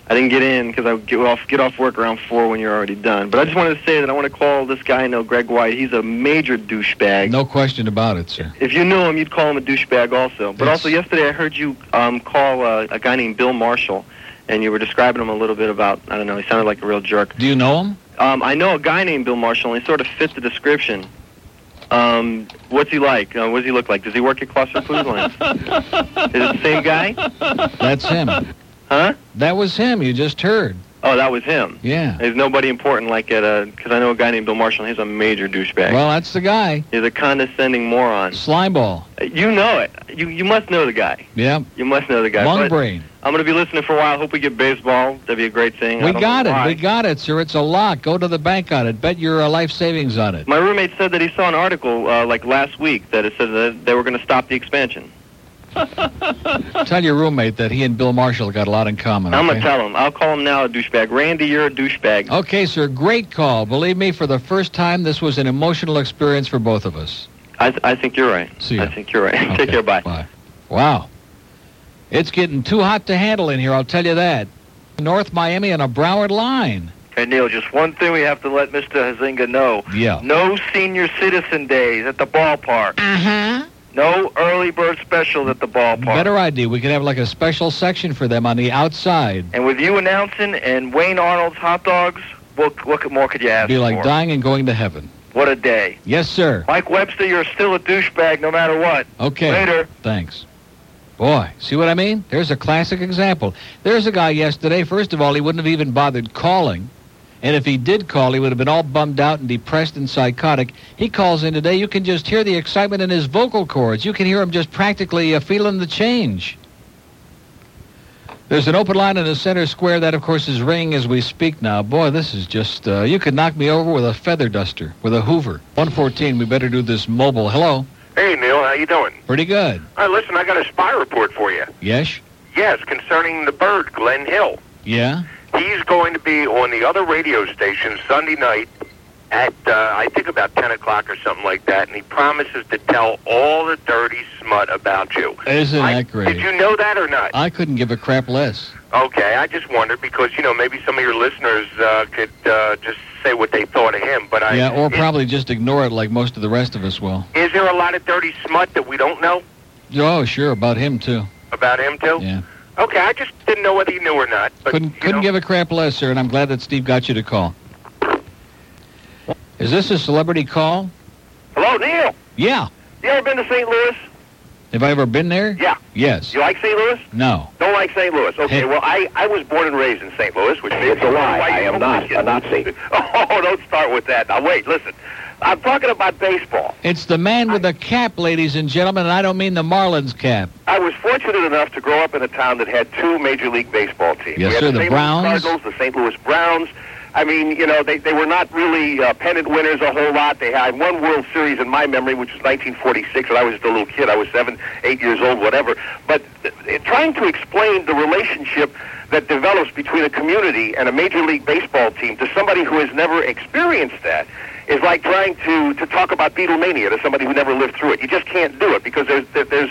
I didn't get in because I would get off get off work around four when you're already done. But I just wanted to say that I want to call this guy I know, Greg White. He's a major douchebag. No question about it, sir. If you knew him, you'd call him a douchebag also. But also yesterday, I heard you um, call uh, a guy named Bill Marshall, and you were describing him a little bit about I don't know. He sounded like a real jerk. Do you know him? Um, I know a guy named Bill Marshall, and he sort of fits the description. Um, what's he like? Uh, what does he look like? Does he work at Cluster Food Lines? Is it the same guy? That's him. [laughs] Huh? That was him. You just heard. Oh, that was him. Yeah. There's nobody important like it, because I know a guy named Bill Marshall, and he's a major douchebag. Well, that's the guy. he's a condescending moron. Uh, Slimeball. You know it. You you must know the guy. Yeah. You must know the guy. Lung but- brain. I'm going to be listening for a while. Hope we get baseball. That'd be a great thing. I We don't got know it. why. We got it, sir. It's a lock. Go to the bank on it. Bet your uh, life savings on it. My roommate said that he saw an article uh, like last week that it said that they were going to stop the expansion. Tell your roommate that he and Bill Marshall got a lot in common. I'm going okay? to tell him. I'll call him now a douchebag. Randy, you're a douchebag. Okay, sir, great call. Believe me, for the first time, this was an emotional experience for both of us. I, th- I think you're right. See ya. I think you're right. [laughs] Take care. Bye. Wow. It's getting too hot to handle in here, I'll tell you that. North Miami and a Broward line. Hey, Neil, just one thing we have to let Mr. Hazinga know. Yeah. No senior citizen days at the ballpark. Uh-huh. No early bird specials at the ballpark. Better idea. We could have like a special section for them on the outside. And with you announcing and Wayne Arnold's hot dogs, what, what more could you ask Be like for? dying and going to heaven. What a day. Yes, sir. Mike Webster, you're still a douchebag no matter what. Okay. Later. Thanks. Boy, see what I mean? There's a classic example. There's a guy yesterday, first of all, he wouldn't have even bothered calling. And if he did call, he would have been all bummed out and depressed and psychotic. He calls in today. You can just hear the excitement in his vocal cords. You can hear him just practically uh, feeling the change. There's an open line in the center square. That, of course, is ringing as we speak now. Boy, this is just, uh, you could knock me over with a feather duster, with a hoover. 114, we better do this mobile. Hello. Hey, Neil, how you doing? Pretty good. Uh, listen, I got a spy report for you. Yes? Yes, concerning the bird, Glenn Hill. Yeah? He's going to be on the other radio station Sunday night at, uh, I think, about 10 o'clock or something like that, and he promises to tell all the dirty smut about you. Isn't I- that great? Did you know that or not? I couldn't give a crap less. Okay, I just wondered because, you know, maybe some of your listeners uh, could uh, just say what they thought of him, but I. yeah, or is- probably just ignore it like most of the rest of us will. Is there a lot of dirty smut that we don't know Oh, sure, about him, too. about him, too? Yeah. Okay, I just didn't know whether you knew or not. But couldn't couldn't give a crap less, sir, and I'm glad that Steve got you to call. Is this a celebrity call? Hello, Neil. Yeah. You ever been to St. Louis? Have I ever been there? Yeah. Yes. You like St. Louis? No. Don't like St. Louis. Okay, well, I, I was born and raised in St. Louis, which it's a lie. I am not a Nazi. [laughs] oh, don't start with that. Now, wait, listen. I'm talking about baseball. It's the man with the cap, ladies and gentlemen, and I don't mean the Marlins cap. I was fortunate enough to grow up in a town that had two Major League Baseball teams. Yes, we had sir, the the St. Browns. Louis Cardinals, the St. Louis Browns. I mean, you know, they, they were not really uh, pennant winners a whole lot. They had one World Series in my memory, which was 1946, and I was still a little kid. I was seven, eight years old, whatever. But uh, trying to explain the relationship that develops between a community and a Major League Baseball team to somebody who has never experienced that is like trying to, to talk about Beatlemania to somebody who never lived through it. You just can't do it because there's, there- there's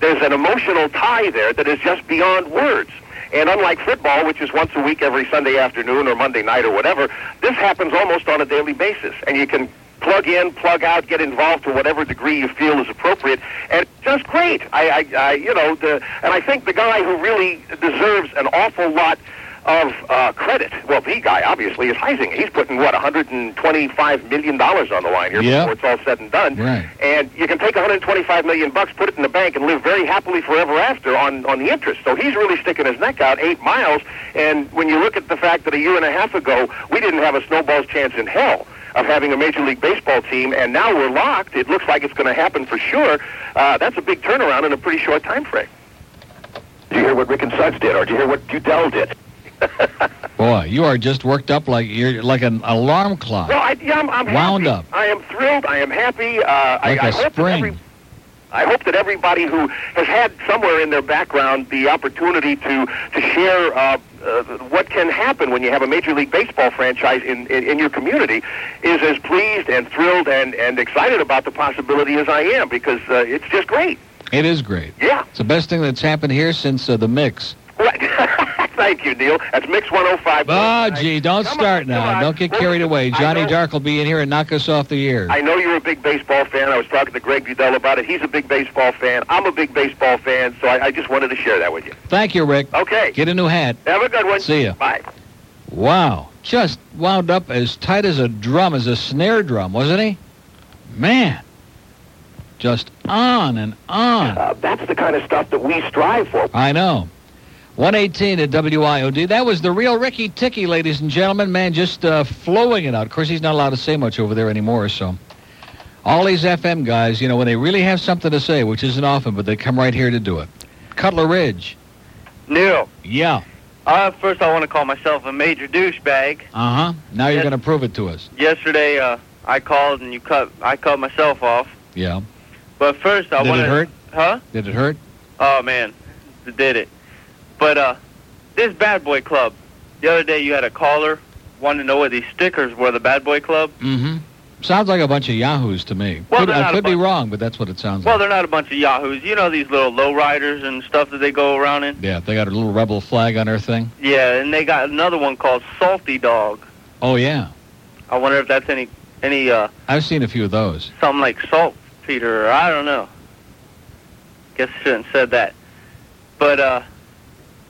there's an emotional tie there that is just beyond words. And unlike football, which is once a week every Sunday afternoon or Monday night or whatever, this happens almost on a daily basis. And you can plug in, plug out, get involved to whatever degree you feel is appropriate. And it's just great. I, I, I you know, the, and I think the guy who really deserves an awful lot of uh, credit, well, the guy obviously is Heisinger. He's putting, what, $125 million on the line here Yeah. before it's all said and done Right. and you can take 125 million bucks, put it in the bank, and live very happily forever after on on the interest. So he's really sticking his neck out eight miles. And when you look at the fact that a year and a half ago we didn't have a snowball's chance in hell of having a major league baseball team, and now we're locked. It looks like it's going to happen for sure. Uh, that's a big turnaround in a pretty short time frame. Did you hear what Rick and Suds did, or did you hear what Budell did? Boy, you are just worked up like you're like an alarm clock. Well, I, yeah, I'm, I'm Wound happy. up. I am thrilled. I am happy. Uh, I, Like I a hope that every, spring. I hope that everybody who has had somewhere in their background the opportunity to to share uh, uh, what can happen when you have a major league baseball franchise in, in in your community is as pleased and thrilled and and excited about the possibility as I am because uh, it's just great. It is great. Yeah. It's the best thing that's happened here since uh, the mix. Thank you, Neil. That's Mix 105. Oh, gee, don't start now. Don't get carried away. Johnny Dark will be in here and knock us off the air. I know you're a big baseball fan. I was talking to Greg Budell about it. He's a big baseball fan. I'm a big baseball fan, so I, I just wanted to share that with you. Thank you, Rick. Okay. Get a new hat. Have a good one. See ya. Bye. Wow. Just wound up as tight as a drum, as a snare drum, wasn't he? Man. Just on and on. Uh, That's the kind of stuff that we strive for. I know. 118 at WIOD. That was the real Ricky Ticky, ladies and gentlemen. Man, just uh, flowing it out. Of course, he's not allowed to say much over there anymore, so. All these FM guys, you know, when they really have something to say, which isn't often, but they come right here to do it. Cutler Ridge. Neil, Yeah. uh, first I want to call myself a major douchebag. Uh huh. Now you're going to prove it to us. Yesterday, uh, I called and you cut. I cut myself off. Yeah. But first, I Did it want to. hurt? Huh? Did it hurt? Oh man, it did it. But uh, this Bad Boy Club. The other day, you had a caller wanted to know what these stickers were. The Bad Boy Club. Mm hmm. Sounds like a bunch of yahoos to me. Well, could, they're I not a could be bunch. wrong, but that's what it sounds like. Well, they're not a bunch of yahoos. You know these little lowriders and stuff that they go around in. Yeah, they got a little rebel flag on their thing. Yeah, and they got another one called Salty Dog. Oh, yeah. I wonder if that's any any uh I've seen a few of those. something like salt, Peter, or I don't know. Guess I shouldn't have said that. But uh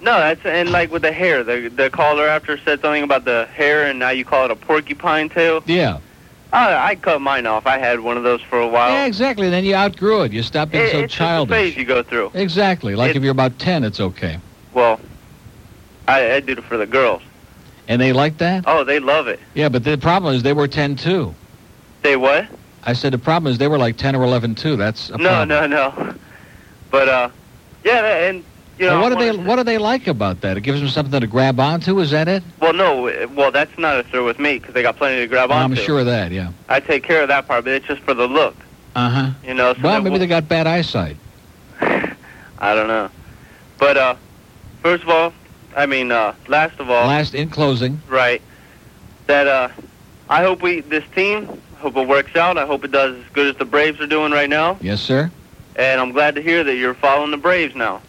no, that's and like with the hair, the the caller after said something about the hair, and now you call it a porcupine tail. Yeah. I, I cut mine off. I had one of those for a while. Yeah, exactly. Then you outgrew it. You stopped being Oh. It- so it's just a childish. phase you go through. Exactly. Like if you're about 10, it's okay. Well, I, I did it for the girls. And they like that? Oh, they love it. Yeah, but the problem is they were 10 too. They what? I said the problem is they were like 10 or 11 too. That's a No, [laughs] problem. no, no. But uh, yeah, and You know, Now, what I are they? wanna- What are they like about that? It gives them something to grab onto. Is that it? Well, no. uh, Well, that's not a throw with me because they got plenty to grab I'm onto. sure of that. Yeah. I take care of that part, but it's just for the look, Uh huh. you know. So Well, that maybe we'll- they got bad eyesight. I don't know. But uh, first of all, I mean, uh, last of all, Last in closing, right? That uh, I hope we this team hope it works out. I hope it does as good as the Braves are doing right now. yes, sir. And I'm glad to hear that you're following the Braves now.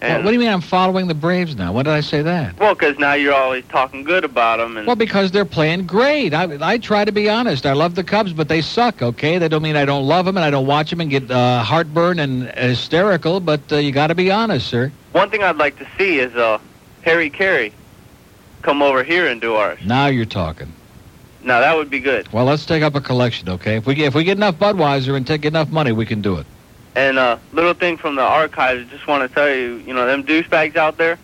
Well, And what do you mean I'm following the Braves now? When did I say that? well, because now you're always talking good about them, and Well, because they're playing great. I, I try to be honest. I love the Cubs, but they suck. Okay, that don't mean I don't love them and I don't watch them and get uh, heartburn and hysterical. But uh, you got to be honest, sir. one thing I'd like to see is uh, Harry Carey come over here and do ours. Now you're talking. Now that would be good. Well, let's take up a collection, okay? If we get, if we get enough Budweiser and take enough money, we can do it. And uh, little thing from the archives, just want to tell you, you know, them douchebags out there.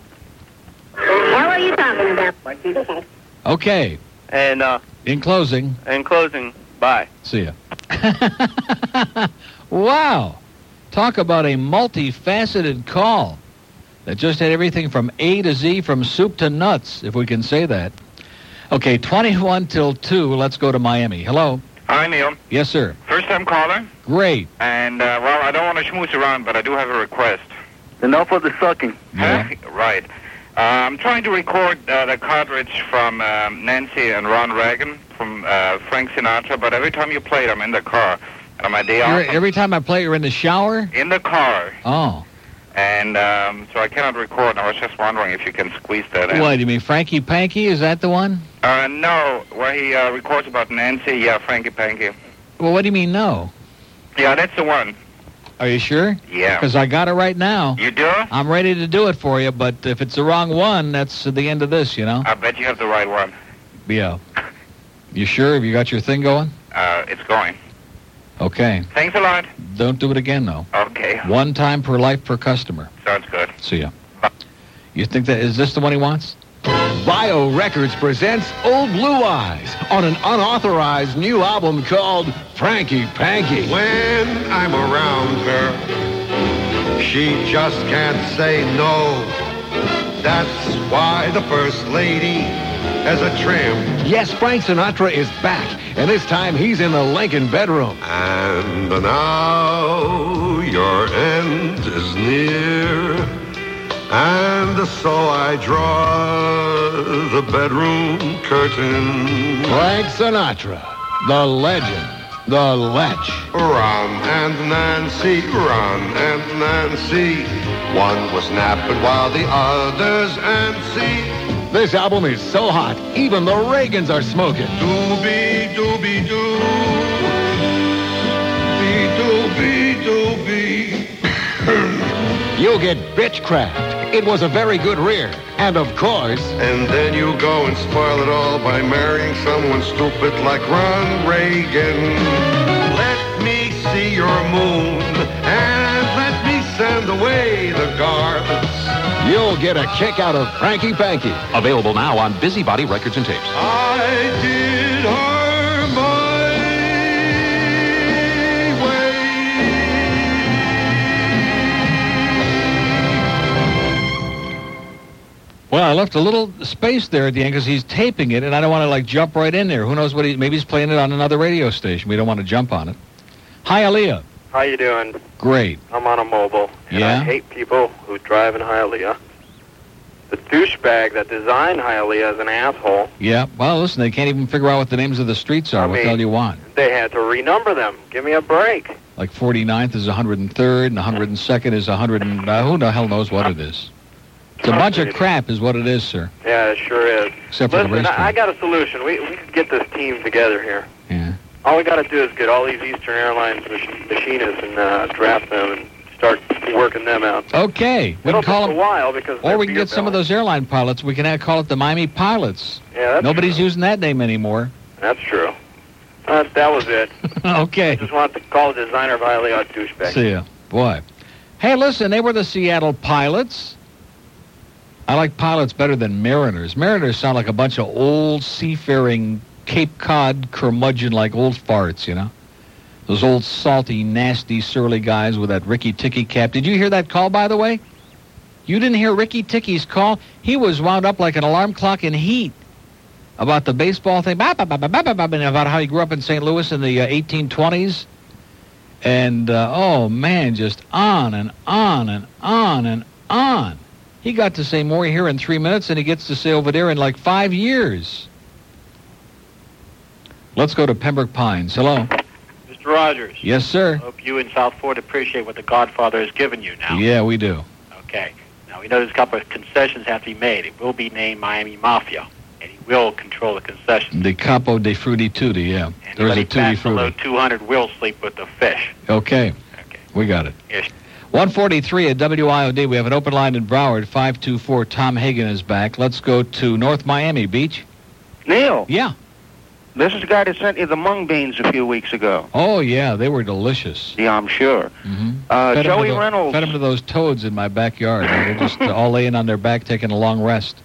What were you talking about? Okay. And uh, In closing, in closing, bye. see ya. wow. Talk about a multifaceted call that just had everything from A to Z, from soup to nuts, if we can say that. Okay, 21 till 2. Let's go to Miami. Hello. Hi, Neil. Yes, sir. First time caller. Great. And, uh, well, I don't want to schmooze around, but I do have a request. Enough of the sucking. Yeah. Right. Uh, I'm trying to record uh, the cartridge from um, Nancy and Ron Reagan from uh, Frank Sinatra, but every time you play it, I'm in the car. And on my day You're, off, every time I play, you're in the shower? I'm in the car. Oh. And um, so I cannot record. And I was just wondering if you can squeeze that in. What, do you mean Frankie Panky? Is that the one? Uh, no, where he uh, records about Nancy, yeah, Frankie Panky. Well, what do you mean no? Yeah, that's the one. Are you sure? Yeah. Because I got it right now. You do? I'm ready to do it for you, but if it's the wrong one, that's the end of this, you know? I bet you have the right one. Yeah. You sure? Have you got your thing going? Uh, it's going. Okay. Thanks a lot. Don't do it again, though. Okay. One time per life per customer. Sounds good. See ya. You think that is this the one he wants? Bio Records presents Old Blue Eyes on an unauthorized new album called Frankie Panky. When I'm around her, she just can't say no. That's why the first lady has a tramp. Yes, Frank Sinatra is back, and this time he's in the Lincoln bedroom. Ah, And now your end is near. And so I draw the bedroom curtain. Frank Sinatra, the legend, the lech. Ron and Nancy, Ron and Nancy. One was napping while the other's antsy. This album is so hot, even the Reagans are smoking. Doobie doobie doo. Bee doobie doobie. You'll get bitchcraft. It was a very good rear. And of course, And then you go and spoil it all by marrying someone stupid like Ron Reagan. Let me see your moon and let me send away the guards. you'll get a kick out of Frankie Panky. Available now on Busybody Records and Tapes. I did her my Well, I left a little space there at the end because he's taping it, and I don't want to like jump right in there. Who knows what he? Maybe he's playing it on another radio station. We don't want to jump on it. Hi, Aaliyah. How you doing? Great. I'm on a mobile, and I Yeah? hate people who drive in Hialeah. The douchebag that designed Hialeah is an asshole. Yeah. Well, listen, they can't even figure out what the names of the streets are. what the hell do you want? They had to renumber them. Give me a break. Like 49th is 103rd, and 102nd is 100. And, uh, who the hell knows what it is? It's a bunch of crap, is what it is, sir. Yeah, it sure is. Except for the Listen, race I, I got a solution. We we could get this team together here. Yeah. All we got to do is get all these Eastern Airlines mach- machinists and uh, draft them and start working them out. Okay. We It'll can call take them. a while because Or they're we can beer get some of those airline pilots. We can uh, call it the Miami Pilots. bellies. Yeah, that's Nobody's using that name anymore. That's true. Uh, that was it. [laughs] okay. Just want to call the designer of Hialeah a douchebag. See ya. Boy. Hey, listen, they were the Seattle Pilots. I like pilots better than mariners. Mariners sound like a bunch of old seafaring Cape Cod curmudgeon like old farts, you know? Those old salty, nasty, surly guys with that Ricky Ticky cap. Did you hear that call, by the way? You didn't hear Ricky Ticky's call? He was wound up like an alarm clock in heat about the baseball thing, bah, bah, bah, bah, bah, bah, bah, and about how he grew up in St. Louis in the uh, 1820s. And, uh, oh, man, just on and on and on and on. He got to say more here in three minutes than he gets to say over there in like five years. Let's go to Pembroke Pines. Hello. Mr. Rogers, Yes, sir. hope you and South Florida appreciate what the Godfather has given you now. Yeah, we do. Okay. Now, we know there's a couple of concessions have to be made. It will be named Miami Mafia, and he will control the concessions. The Capo de Frutti Tutti, yeah. There's a Anybody Tutti back below Frutti. 200 will sleep with the fish. Okay. We got it. Yes. 143 at WIOD. We have an open line in Broward. 524. Tom Hagen is back. Let's go to North Miami Beach. Neil. Yeah. This is the guy that sent you the mung beans a few weeks ago. Oh, yeah. They were delicious. Yeah, I'm sure. Mm-hmm. Uh, fed 'em to Joey tho- Reynolds. Fed them to those toads in my backyard. They're [laughs] just uh, all laying on their back taking a long rest.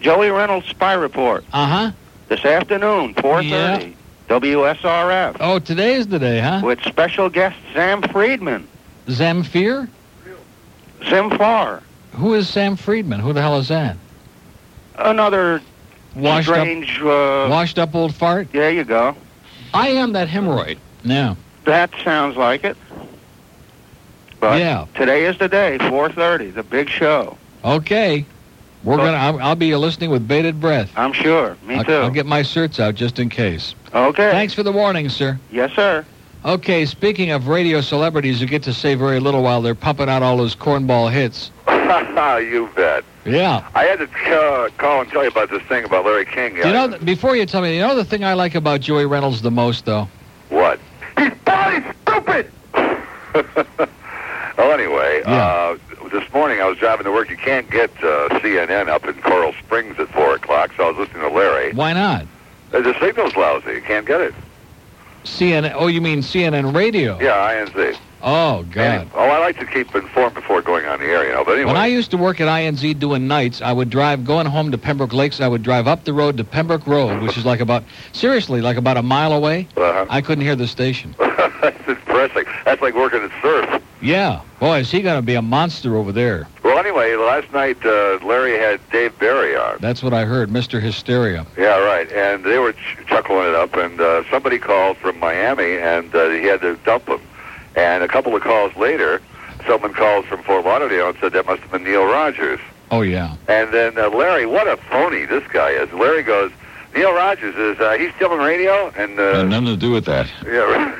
Joey Reynolds spy report. Uh huh. This afternoon, 4:30. WSRF. Oh, today is the day, huh? With special guest Sam Friedman. Zamfir? Zamfar. Who is Sam Friedman? Who the hell is that? Another Washed up- strange. Uh, Washed up old fart? There you go. I am that hemorrhoid. No. That sounds like it. But Yeah. today is the day, 4:30, the big show. Okay. We're gonna. I'll, I'll be listening with bated breath. I'm sure. Me I'll, too. I'll get my certs out just in case. Okay. Thanks for the warning, sir. Yes, sir. Okay. Speaking of radio celebrities who get to say very little while they're pumping out all those cornball hits. [laughs] you bet. Yeah. I had to uh, call and tell you about this thing about Larry King. You know, th- before you tell me, you know the thing I like about Joey Reynolds the most, though. What? He's bloody stupid! [laughs] well, anyway, uh, this morning I was driving to work. You can't get uh, CNN up in Coral Springs at 4 o'clock, so I was listening to Larry. Why not? Uh, The signal's lousy. You can't get it. CNN. Oh, you mean CNN radio? Yeah, INZ. Oh God. Any- oh, I like to keep informed before going on the air, you know. But anyway, When I used to work at INZ doing nights, I would drive going home to Pembroke Lakes. I would drive up the road to Pembroke Road, which is like about seriously like about a mile away. Uh-huh. I couldn't hear the station. that's depressing. That's like working at surf. Yeah, boy, is he going to be a monster over there? Well, anyway, last night uh, Larry had Dave Barry on. That's what I heard, Mr. Hysteria. Yeah, right. And they were ch- chuckling it up, and uh, somebody called from Miami, and uh, he had to dump him. And a couple of calls later, someone called from Fort Lauderdale and said that must have been Neil Rogers. Oh yeah. And then uh, Larry, what a phony this guy is. Larry goes, Neil Rogers is uh, he's still on radio, and uh, [laughs] nothing to do with that. [laughs] yeah.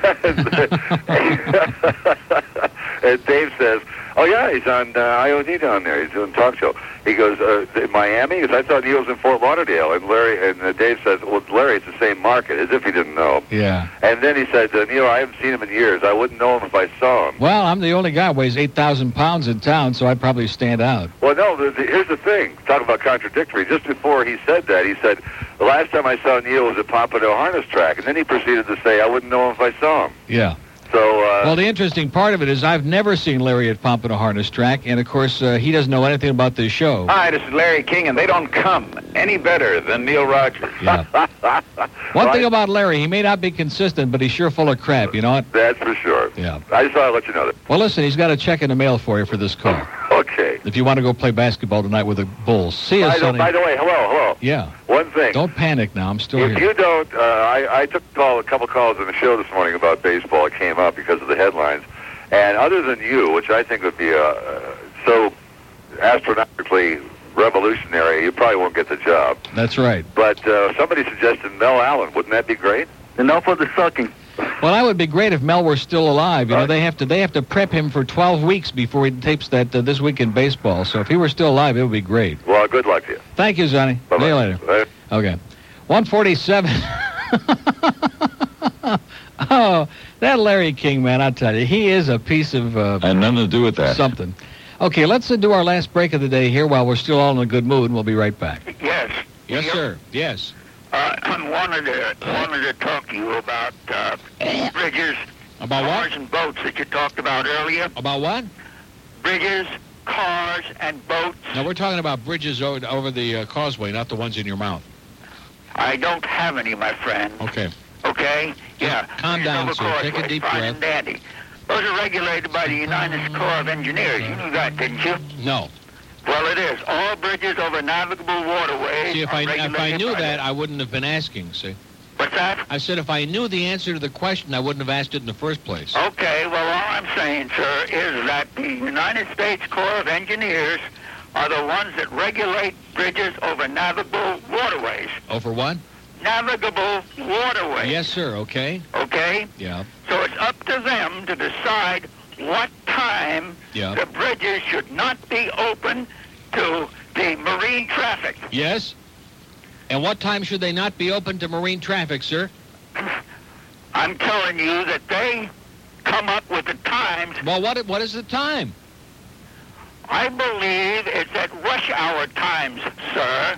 and Dave says, "Oh yeah, he's on uh, IOD down there. He's doing talk show." He goes, uh, th- "Miami?" Because I thought he was in Fort Lauderdale. And Larry and uh, Dave says, "Well, Larry, it's the same market." As if he didn't know. Yeah. And then he said, uh, "Neil, I haven't seen him in years. I wouldn't know him if I saw him." [laughs] Well, I'm the only guy who weighs eight thousand pounds in town, so I'd probably stand out. Well, no. The, the, here's the thing. Talk about contradictory. Just before he said that, he said, "The last time I saw Neil was at Pompano Harness Track," and then he proceeded to say, "I wouldn't know him if I saw him." Yeah. So. Uh, Well, the interesting part of it is I've never seen Larry at Pompano Harness Track, and of course uh, he doesn't know anything about this show. Uh, Hi, this is Larry King, and they don't come any better than Neil Rogers. [laughs] One thing about Larry, he may not be consistent, but he's sure full of crap. You know what? That's for sure. Yeah. I just thought I'd let you know that. Well, listen, he's got a check in the mail for you for this call. Okay. If you want to go play basketball tonight with the Bulls, see by, us, the, Sonny. by the way, hello, hello. Yeah. One thing. Don't panic now. I'm still if here. you don't, uh, I, I took a, call, a couple calls on the show this morning about baseball. It came up because of the headlines. And other than you, which I think would be uh, uh, so astronomically revolutionary, you probably won't get the job. That's right. But uh, somebody suggested Mel Allen. Wouldn't that be great? Enough of the sucking. Well, that would be great if Mel were still alive. You know, they have to they have to prep him for 12 weeks before he tapes that uh, this week in baseball. So if he were still alive, it would be great. Well, good luck to you. Thank you, Sonny. See you later. Bye. Okay. 147. [laughs] oh, that Larry King, man, I tell you, he is a piece of. Uh, And nothing to do with that. Something. Okay, let's uh, do our last break of the day here while we're still all in a good mood, and we'll be right back. Yes. Yes, sir. Yes. Uh, [clears throat] I wanted to wanted to talk to you about uh, bridges, about cars and boats that you talked about earlier. About what? Bridges, cars, and boats. Now we're talking about bridges over, over the uh, causeway, not the ones in your mouth. I don't have any, my friend. Okay. Okay. Yeah. Calm Bridges down, over sir. Take a causeways, deep fine breath. and dandy. Those are regulated by the United Corps of Engineers. You knew that, didn't you? No. Well, it is. All bridges over navigable waterways. See, if are I, if I regulated knew by that, the- I wouldn't have been asking, see? What's that? I said if I knew the answer to the question, I wouldn't have asked it in the first place. Okay, well, all I'm saying, sir, is that the United States Corps of Engineers are the ones that regulate bridges over navigable waterways. Oh, for what? Navigable waterways, Yes, sir, okay? okay? Yeah, So it's up to them to decide what time yeah. the bridges should not be open to the marine traffic. Yes? And what time should they not be open to marine traffic, sir? I'm telling you that they come up with the times. Well, what what is the time? I believe it's at rush hour times, sir,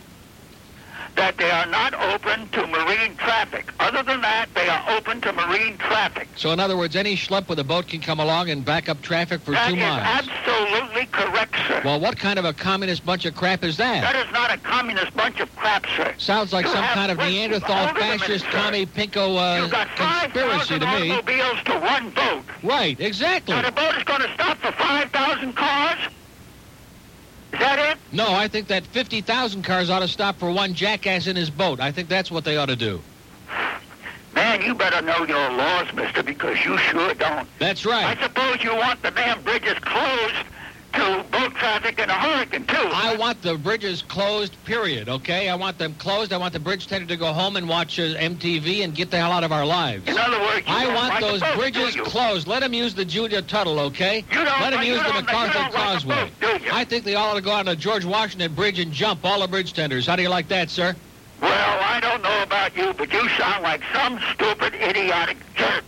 that they are not open to marine traffic. Other than that, they are open to marine traffic. So, in other words, any schlep with a boat can come along and back up traffic for That two is miles. absolutely correct, sir. well, what kind of a communist bunch of crap is that? That is not a communist bunch of crap, sir. Sounds like You some have- kind of wait, Neanderthal hold it a minute, fascist sir. Tommy Pinko uh, You've got conspiracy 5,000 to me. automobiles to one boat. Right, exactly. So the boat is going to stop for 5,000 cars? Is that it? No, I think that 50,000 cars ought to stop for one jackass in his boat. I think that's what they ought to do. Man, you better know your laws, mister, because you sure don't. That's right. I suppose you want the damn bridges closed to boat traffic in a hurricane, too. I want the bridges closed, period, okay? I want them closed. I want the bridge tender to go home and watch uh, MTV and get the hell out of our lives. In other words, you I don't like want the those boat, do bridges you? closed. Let them use the Julia Tuttle, okay? You don't Let them like- use you the don't like- you MacArthur don't like the Causeway. I think they all ought to go on the George Washington Bridge and jump all the bridge tenders. How do you like that, sir? Well, I don't know about you, but you sound like some stupid, idiotic jerk.